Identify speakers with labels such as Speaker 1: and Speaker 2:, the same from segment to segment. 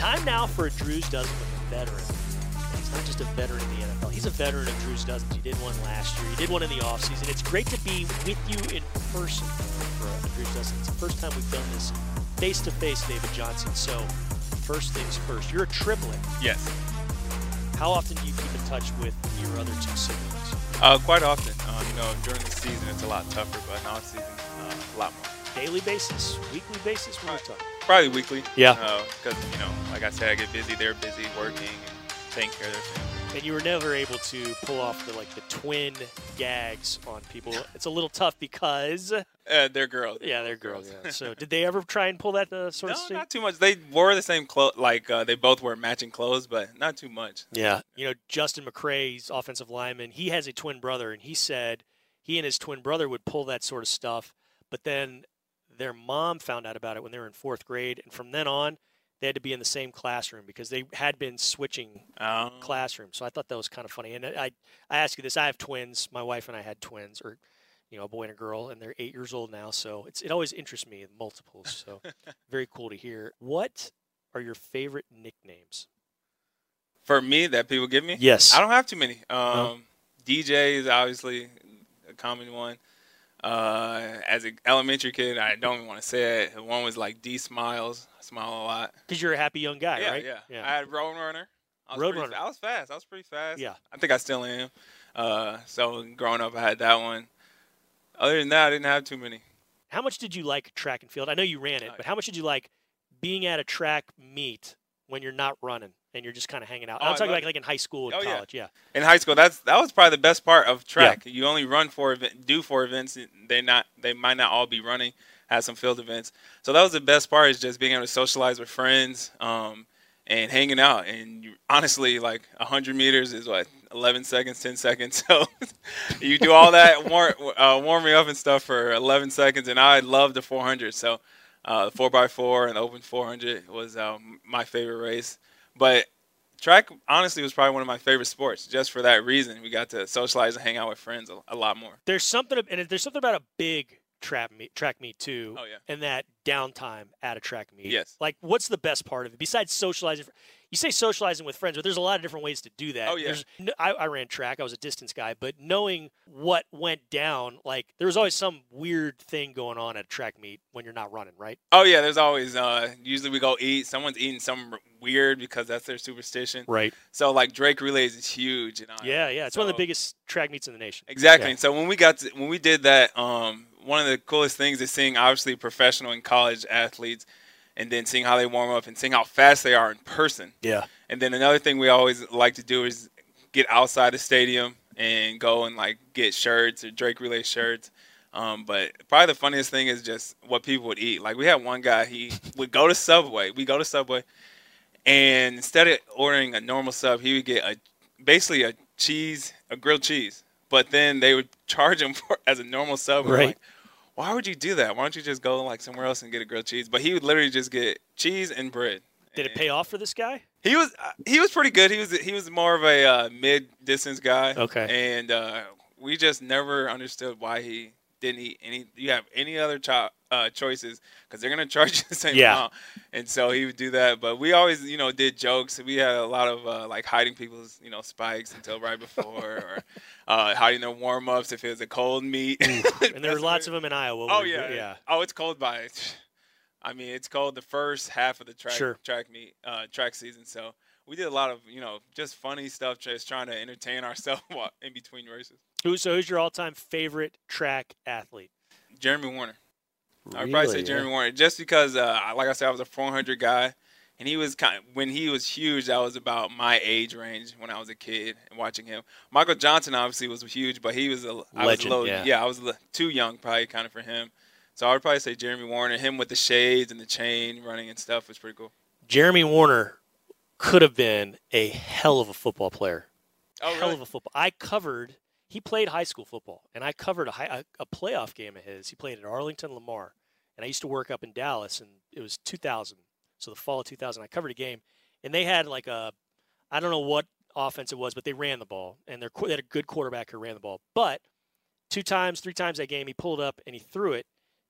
Speaker 1: Alfred Drews doesn't is a veteran. He's not just a veteran in the NFL. He's a veteran of Drews Dozens. He did one last year. He did one in the offseason. It's great to be with you in person for uh, Drews Dozens. It's the first time we've done this face to face, David Johnson. So, first things first, you're a triplet.
Speaker 2: Yes,
Speaker 1: How often do you keep in touch with your other two siblings?
Speaker 2: uh, quite often. Uh, you know, during the season it's a lot tougher, but in off season uh, a lot more.
Speaker 1: Daily basis, weekly basis, what are we
Speaker 2: Right.
Speaker 1: talking?
Speaker 2: Probably weekly.
Speaker 1: Yeah.
Speaker 2: Because you know, like I said, I get busy. They're busy working and taking care of their family.
Speaker 1: and you were never able to pull off the like the twin gags on people. It's a little tough because
Speaker 2: Uh, they're girls.
Speaker 1: yeah, they're girls. yeah. So did they ever try and pull that uh, sort
Speaker 2: no,
Speaker 1: of thing?
Speaker 2: not too much. They wore the same clothes. Like uh, they both wore matching clothes, but not too much.
Speaker 1: Yeah. You know, Justin McCray's offensive lineman, he has a twin brother, and he said he and his twin brother would pull that sort of stuff. But then their mom found out about it when they were in fourth grade. And from then on, they had to be in the same classroom because they had been switching
Speaker 2: Um,
Speaker 1: classroom. So I thought that was kind of funny. And uh, I, I ask you this: I have twins. My wife and I had twins, or you know, a boy and a girl, and they're eight years old now. So it's it always interests me in multiples. So very cool to hear. What are your favorite nicknames?
Speaker 2: For me, that people give me.
Speaker 1: Yes.
Speaker 2: Eh, I don't have too many. Um, DJ is obviously a common one. Uh, as an elementary kid, I don't even want to say it. One was like D Smiles. I smile a lot.
Speaker 1: Because you're a happy young guy,
Speaker 2: yeah,
Speaker 1: right?
Speaker 2: yeah,
Speaker 1: Yeah.
Speaker 2: I had Roadrunner. I was
Speaker 1: Road
Speaker 2: pretty-
Speaker 1: Runner.
Speaker 2: I was fast. I was pretty fast.
Speaker 1: Yeah.
Speaker 2: I think I still am. Uh, so growing up, I had that one. Other than that, I didn't have too many.
Speaker 1: How much did you like track and field? I know you ran it,
Speaker 2: Oh,
Speaker 1: but how much did you like being at a track meet when you're not running and you're just kind of hanging out?
Speaker 2: Oh,
Speaker 1: I'm
Speaker 2: I
Speaker 1: talking
Speaker 2: love
Speaker 1: like
Speaker 2: it.
Speaker 1: like in high school and
Speaker 2: Oh, yeah.
Speaker 1: college. Yeah.
Speaker 2: in high school that's that was probably the best part of track you only run for event do for events they not they might not all be running had some field events so that was the best part is just being able to socialize with friends um and hanging out and you, honestly like 100 meters is what 11 seconds 10 seconds so you do all that warm uh, warming up and stuff for 11 seconds and i love the 400 so uh, 4x4 and open 400 was um, my favorite race but track honestly was probably one of my favorite sports just for that reason we got to socialize and hang out with friends a, a lot more
Speaker 1: There's something, ab- and there's something about a big trap meet, track meet too,
Speaker 2: oh yeah
Speaker 1: and that downtime at a track meet.
Speaker 2: Yes.
Speaker 1: Like, what's the best part of it besides socializing? You say socializing with friends, but there's a lot of different ways to do that.
Speaker 2: Oh, yeah.
Speaker 1: There's no- I, I ran track. I was a distance guy, but knowing what went down, like there was always some weird thing going on at a track meet when you're not running, right?
Speaker 2: oh yeah there's always uh usually we go eat someone's eating something weird because that's their superstition
Speaker 1: Right.
Speaker 2: so like drake relays is huge and I,
Speaker 1: Yeah, yeah. It's one of the
Speaker 2: So-
Speaker 1: biggest track meets in the nation.
Speaker 2: Exactly.
Speaker 1: Yeah.
Speaker 2: And so when we got to, when we did that, um, one of the coolest things is seeing obviously professional and college athletes, and then seeing how they warm up and seeing how fast they are in person.
Speaker 1: Yeah.
Speaker 2: And then another thing we always like to do is get outside the stadium and go and like get shirts or Drake Relay shirts. Um, but probably the funniest thing is just what people would eat. Like we had one guy, he would go to Subway. We go to Subway, and instead of ordering a normal sub, he would get a basically a cheese, a grilled cheese. But then they would charge him for as a normal sub. We're
Speaker 1: Right.
Speaker 2: like, Why would you do that? Why don't you just go like somewhere else and get a grilled cheese? But he would literally just get cheese and bread.
Speaker 1: Did it
Speaker 2: And-
Speaker 1: pay off for this guy?
Speaker 2: he was uh, he was pretty good. He was he was more of a uh, mid distance guy.
Speaker 1: Okay.
Speaker 2: And uh, we just never understood why he didn't eat any. You have any other cho- uh, choices because they're gonna charge you the same
Speaker 1: Yeah.
Speaker 2: amount. And so he would do that. But we always you know did jokes. We had a lot of uh, like hiding people's you know spikes until right before, or uh, hiding their warm ups if it was a cold meat.
Speaker 1: And there were lots of them in Iowa.
Speaker 2: Oh
Speaker 1: We-
Speaker 2: yeah,
Speaker 1: Yeah.
Speaker 2: Oh, it's cold by. I mean, it's cold the first half of the track
Speaker 1: Sure.
Speaker 2: track meet uh, track season. So we did a lot of you know just funny stuff, just trying to entertain ourselves while in between races.
Speaker 1: Who, so who's your all-time favorite track athlete?
Speaker 2: Jeremy Warner. I
Speaker 3: Really?
Speaker 2: would probably say
Speaker 3: yeah.
Speaker 2: Jeremy Warner just because, uh, I- like I said, I was a 400 guy, and he was kind when he was huge. That was about my age range when I was a kid and watching him. Michael Johnson obviously was huge, but he was a I was a
Speaker 3: Legend,
Speaker 2: little,
Speaker 3: yeah.
Speaker 2: I was a li- too young probably kind of for him. So I would probably say Jeremy Warner. Him with the shades and the chain running and stuff was pretty cool.
Speaker 1: Jeremy Warner could have been a hell of a football player.
Speaker 2: Oh,
Speaker 1: hell
Speaker 2: really?
Speaker 1: of a football. I covered. He played high school football, and I covered a, high, a, a playoff game of his. He played at Arlington Lamar, and I used to work up in Dallas, and it was 2000, so the fall of 2000. I covered a game, and they had like a, I don't know what offense it was, but they ran the ball, and their qu- they had a good quarterback who ran the ball. But two times, three times that game, he pulled up and he threw it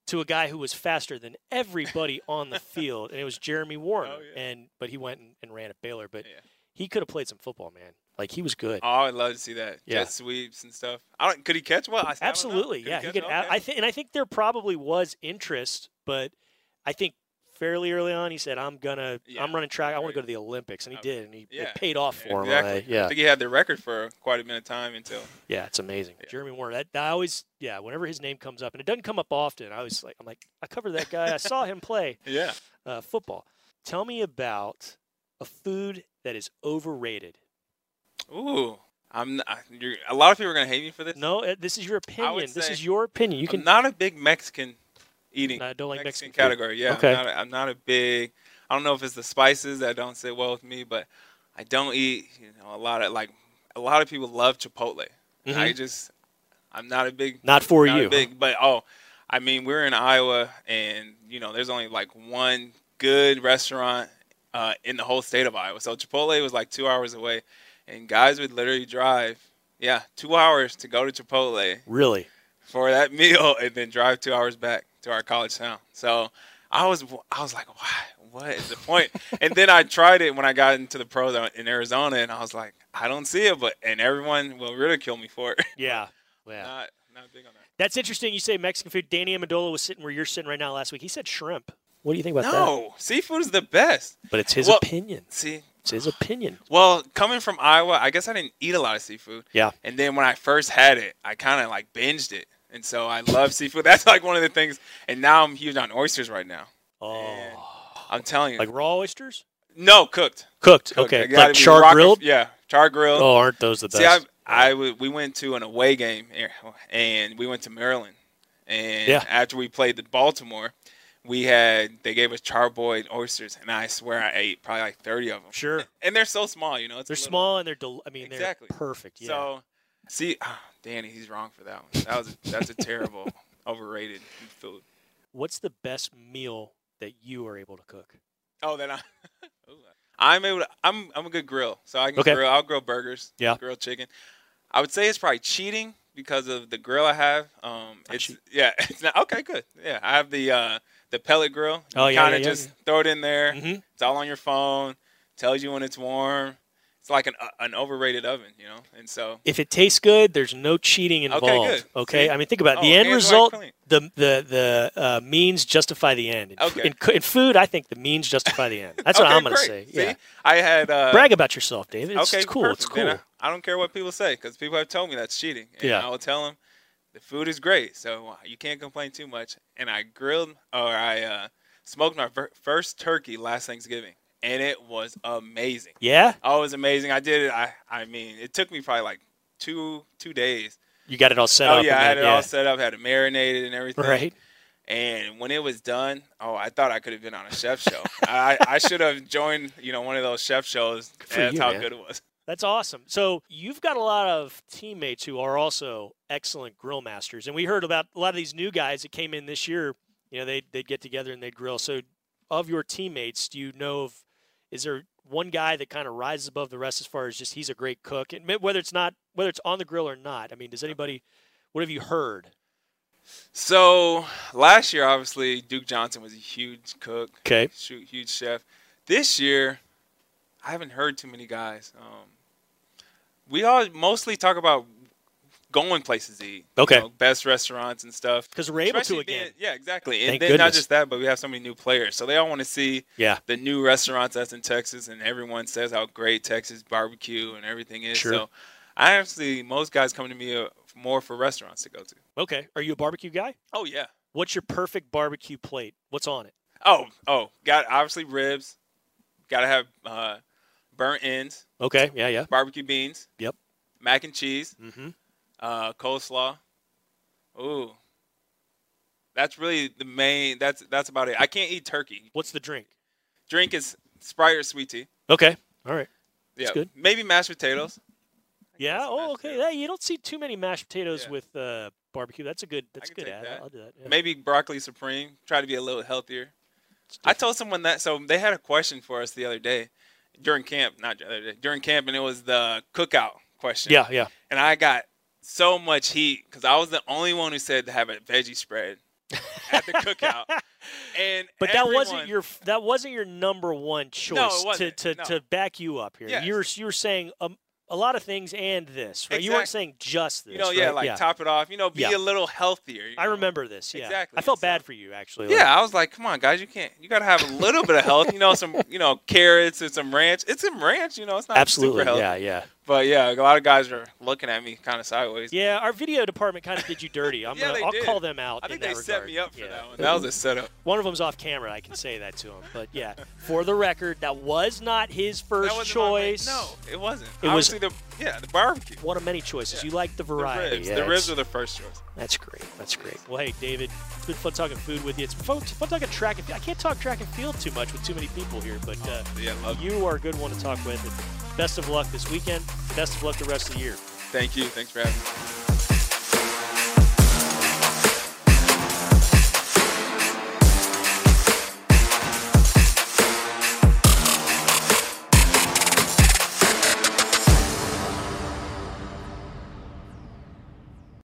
Speaker 1: to a guy who was faster than everybody on the field, and it was Jeremy Warner.
Speaker 2: Oh, yeah.
Speaker 1: And but he went and, and ran at Baylor, but
Speaker 2: Yeah.
Speaker 1: he could have played some football, man. Like he was good.
Speaker 2: Oh, I would love to see that.
Speaker 1: Yeah.
Speaker 2: Jet sweeps and stuff. I don't, could he catch well? I, I don't know.
Speaker 1: Absolutely, yeah. He
Speaker 2: catch
Speaker 1: could.
Speaker 2: well?
Speaker 1: a- I think, and I think there probably was interest, but I think fairly early on he said, "I'm gonna,
Speaker 2: Yeah,
Speaker 1: I'm running track. I want
Speaker 2: right.
Speaker 1: to go to the Olympics," and he
Speaker 2: Um,
Speaker 1: did, and he
Speaker 2: yeah,
Speaker 1: it paid off
Speaker 2: yeah,
Speaker 1: for him.
Speaker 2: exactly.
Speaker 1: right? Yeah,
Speaker 2: I think he had the record for quite a bit of time until.
Speaker 1: yeah. It's amazing.
Speaker 2: Yeah.
Speaker 1: Jeremy Warner. That, that I always, yeah. Whenever his name comes up, and it doesn't come up often, I always like, I'm like, I covered that guy. I saw him play
Speaker 2: Yeah.
Speaker 1: uh, football. Tell me about a food that is overrated.
Speaker 2: Ooh. I'm. Not, you're, a lot of people are gonna hate me for this.
Speaker 1: No, uh, this is your opinion. This
Speaker 2: say-
Speaker 1: is your opinion. You
Speaker 2: I'm
Speaker 1: can.
Speaker 2: not a big Mexican eating.
Speaker 1: I don't like Mexican, food.
Speaker 2: category. Yeah,
Speaker 1: Okay.
Speaker 2: I'm, not a, I'm not a big. I don't know if it's the spices that don't sit well with me, but I don't eat. You know, a lot of like a lot of people love Chipotle.
Speaker 1: Mhm.
Speaker 2: I just I'm not a big
Speaker 1: Not for
Speaker 2: not a
Speaker 1: you. huh?
Speaker 2: big, but oh, I mean we're in Iowa, and you know there's only like one good restaurant uh, in the whole state of Iowa. So Chipotle was like two hours away, and guys would literally drive. Yeah, two hours to go to Chipotle
Speaker 1: Really.
Speaker 2: for that meal and then drive two hours back to our college town. So I was I was like, why? What is the point? and then I tried it when I got into the pros in Arizona, and I was like, I don't see it, but and everyone will ridicule me for it.
Speaker 1: Yeah. Yeah.
Speaker 2: not not big on that.
Speaker 1: That's interesting. You say Mexican food. Danny Amendola was sitting where you're sitting right now last week. He said shrimp. What do you think about
Speaker 2: No, seafood is the best.
Speaker 1: that? But it's his
Speaker 2: Well-
Speaker 1: opinion.
Speaker 2: See,
Speaker 1: It's his opinion.
Speaker 2: well, coming from Iowa, I guess I didn't eat a lot of seafood.
Speaker 1: Yeah.
Speaker 2: And then when I first had it, I kind of like binged it. And so I love seafood. That's like one of the things. And now I'm huge on oysters right now.
Speaker 1: Oh.
Speaker 2: I'm telling you.
Speaker 1: Like raw oysters?
Speaker 2: no, cooked.
Speaker 1: Cooked.
Speaker 2: cooked. They
Speaker 1: Okay.
Speaker 2: gotta
Speaker 1: Like
Speaker 2: be
Speaker 1: char
Speaker 2: rocket-
Speaker 1: grilled?
Speaker 2: Yeah, char grilled.
Speaker 1: Oh, aren't those the best?
Speaker 2: See, I, I would, we went to an away game, here, and we went to Maryland, and
Speaker 1: Yeah.
Speaker 2: after we played the Baltimore, we had they gave us charboiled oysters, and I swear I ate probably like thirty of them.
Speaker 1: sure.
Speaker 2: And they're so small, you know. It's a
Speaker 1: They're
Speaker 2: little-
Speaker 1: small and they're, del- I mean, they're
Speaker 2: Exactly.
Speaker 1: perfect. Yeah.
Speaker 2: So, see, ah, Danny, he's wrong for that one. That was that's a terrible, overrated food.
Speaker 1: What's the best meal that you are able to cook?
Speaker 2: Oh, then I. Ooh. I'm able. To, I'm I'm a good grill, so I can
Speaker 1: Okay.
Speaker 2: grill. I'll grill burgers.
Speaker 1: Yeah.
Speaker 2: Grill chicken. I would say it's probably cheating because of the grill I have. Um,
Speaker 1: I
Speaker 2: it's
Speaker 1: cheat.
Speaker 2: yeah. It's not okay. Good. Yeah, I have the uh the pellet grill. You
Speaker 1: Oh, yeah,
Speaker 2: Kind of
Speaker 1: yeah, yeah,
Speaker 2: just throw it in there.
Speaker 1: Mm-hmm.
Speaker 2: It's all on your phone. Tells you when it's warm. It's like an uh, an overrated oven, you know. And so
Speaker 1: If it tastes good, there's no cheating
Speaker 2: Okay,
Speaker 1: involved.
Speaker 2: good. See?
Speaker 1: I mean, think about it. the
Speaker 2: Oh,
Speaker 1: end
Speaker 2: hands are,
Speaker 1: result.
Speaker 2: like, clean.
Speaker 1: the the the uh, means justify the end. In,
Speaker 2: Okay.
Speaker 1: in, co- in food, I think the means justify the end. That's what
Speaker 2: Okay,
Speaker 1: I'm going to
Speaker 2: great.
Speaker 1: say.
Speaker 2: See,
Speaker 1: Yeah.
Speaker 2: I had uh,
Speaker 1: Brag about yourself, David. It's, it's cool. It's
Speaker 2: perfect. Then
Speaker 1: cool.
Speaker 2: I, I don't care what people say because people have told me that's cheating. And
Speaker 1: Yeah.
Speaker 2: I will tell them the food is great, so uh, you can't complain too much. And I grilled or I uh, smoked my fir- first turkey last Thanksgiving, and it was amazing.
Speaker 1: Yeah,
Speaker 2: Oh, it was amazing. I did it. I I mean, it took me probably like two two days.
Speaker 1: you got it all set
Speaker 2: oh
Speaker 1: up.
Speaker 2: yeah, I
Speaker 1: and
Speaker 2: had
Speaker 1: then-
Speaker 2: it all set up, had it marinated and everything.
Speaker 1: Right.
Speaker 2: And when it was done, oh, I thought I could have been on a chef show. I, I should have joined, you know, one of those chef shows.
Speaker 1: for
Speaker 2: That's
Speaker 1: you,
Speaker 2: how
Speaker 1: man.
Speaker 2: good it was.
Speaker 1: That's awesome. So you've got a lot of teammates who are also excellent grill masters, and we heard about a lot of these new guys that came in this year. You know, they they'd get together and they'd grill. So, of your teammates, do you know of? Is there one guy that kind of rises above the rest as far as just he's a great cook, and ma- whether it's not whether it's on the grill or not? I mean, does anybody? What have you heard?
Speaker 2: So last year, obviously, Duke Johnson was a huge cook,
Speaker 1: Okay.
Speaker 2: shoot, huge chef. This year, I haven't heard too many guys. Um, we all mostly talk about going places to eat. you
Speaker 1: Okay.
Speaker 2: know, best restaurants and stuff.
Speaker 1: Because we're able to
Speaker 2: Especially
Speaker 1: again.
Speaker 2: being- yeah, exactly. And
Speaker 1: Thank
Speaker 2: then not
Speaker 1: goodness.
Speaker 2: just that, but we have so many new players, so they all want to see
Speaker 1: Yeah.
Speaker 2: the new restaurants that's in Texas, and everyone says how great Texas barbecue and everything is.
Speaker 1: Sure.
Speaker 2: So, I actually most guys come to me uh, more for restaurants to go to.
Speaker 1: Okay. Are you a barbecue guy?
Speaker 2: Oh yeah.
Speaker 1: What's your perfect barbecue plate? What's on it?
Speaker 2: Oh, oh, got obviously ribs. Got to have uh, burnt ends,
Speaker 1: Okay. Yeah. Yeah.
Speaker 2: barbecue beans.
Speaker 1: Yep.
Speaker 2: Mac and cheese,
Speaker 1: Mm-hmm.
Speaker 2: uh, coleslaw. Ooh, that's really the main. That's that's about it. I can't eat turkey.
Speaker 1: What's the drink?
Speaker 2: Drink is Sprite or sweet tea.
Speaker 1: Okay. All right.
Speaker 2: Yeah,
Speaker 1: good.
Speaker 2: maybe mashed potatoes.
Speaker 1: Yeah.
Speaker 2: That's
Speaker 1: Oh,
Speaker 2: mashed
Speaker 1: okay.
Speaker 2: potatoes.
Speaker 1: Yeah, you don't see too many mashed potatoes
Speaker 2: Yeah.
Speaker 1: with uh, barbecue. That's a good. That's a
Speaker 2: can
Speaker 1: good.
Speaker 2: take
Speaker 1: Ad.
Speaker 2: that.
Speaker 1: I'll do that. yeah.
Speaker 2: Maybe broccoli supreme. Try to be a little healthier.
Speaker 1: It's
Speaker 2: I
Speaker 1: different.
Speaker 2: told someone that. So they had a question for us the other day during camp, not the other day, during camp, and it was the cookout question.
Speaker 1: yeah. Yeah.
Speaker 2: and I got so much heat because I was the only one who said to have a veggie spread. at the cookout. And
Speaker 1: But
Speaker 2: everyone-
Speaker 1: that wasn't your that wasn't your number one choice
Speaker 2: it wasn't.
Speaker 1: to to,
Speaker 2: No.
Speaker 1: to back you up here.
Speaker 2: Yes.
Speaker 1: You're you're saying um, a lot of things and this. Right? You weren't
Speaker 2: Exact-
Speaker 1: saying just this.
Speaker 2: you know, yeah,
Speaker 1: right?
Speaker 2: like top it off. You know, be
Speaker 1: Yeah.
Speaker 2: a little healthier. you
Speaker 1: I
Speaker 2: know.
Speaker 1: remember this. Yeah,
Speaker 2: Exactly,
Speaker 1: I felt
Speaker 2: so-
Speaker 1: bad for you actually. like-
Speaker 2: Yeah, I was like, come on, guys, you can't. You gotta have a little bit of health. You know, some you know carrots and some ranch. It's some ranch. You know, it's not
Speaker 1: absolutely.
Speaker 2: super healthy.
Speaker 1: Yeah, yeah,
Speaker 2: But yeah, a lot of guys are looking at me kind of sideways.
Speaker 1: yeah. Our video department kind of did you dirty. I'm
Speaker 2: Yeah,
Speaker 1: gonna,
Speaker 2: they
Speaker 1: I'll
Speaker 2: did.
Speaker 1: call them out.
Speaker 2: I think
Speaker 1: in
Speaker 2: they
Speaker 1: that
Speaker 2: set
Speaker 1: regard.
Speaker 2: me up for
Speaker 1: Yeah.
Speaker 2: that one. That was a setup.
Speaker 1: One of them's off camera. I can say that to him. But yeah, for the record, that was not his first
Speaker 2: that wasn't my main-
Speaker 1: choice.
Speaker 2: no, it wasn't.
Speaker 1: It was-
Speaker 2: Obviously, the yeah the barbecue,
Speaker 1: One of many choices.
Speaker 2: Yeah.
Speaker 1: You like the
Speaker 2: the
Speaker 1: variety.
Speaker 2: ribs.
Speaker 1: Yeah,
Speaker 2: the ribs
Speaker 1: that's-
Speaker 2: were the first choice.
Speaker 1: That's great. That's great. Well, hey, David, it's been fun talking food with you. It's been fun, fun talking track and field. I can't talk track and field too much with too many people here, but uh,
Speaker 2: Yeah, love you.
Speaker 1: you are a good one to talk with. And best of luck this weekend. Best of luck the rest of the year.
Speaker 2: Thank you. Thanks for having me.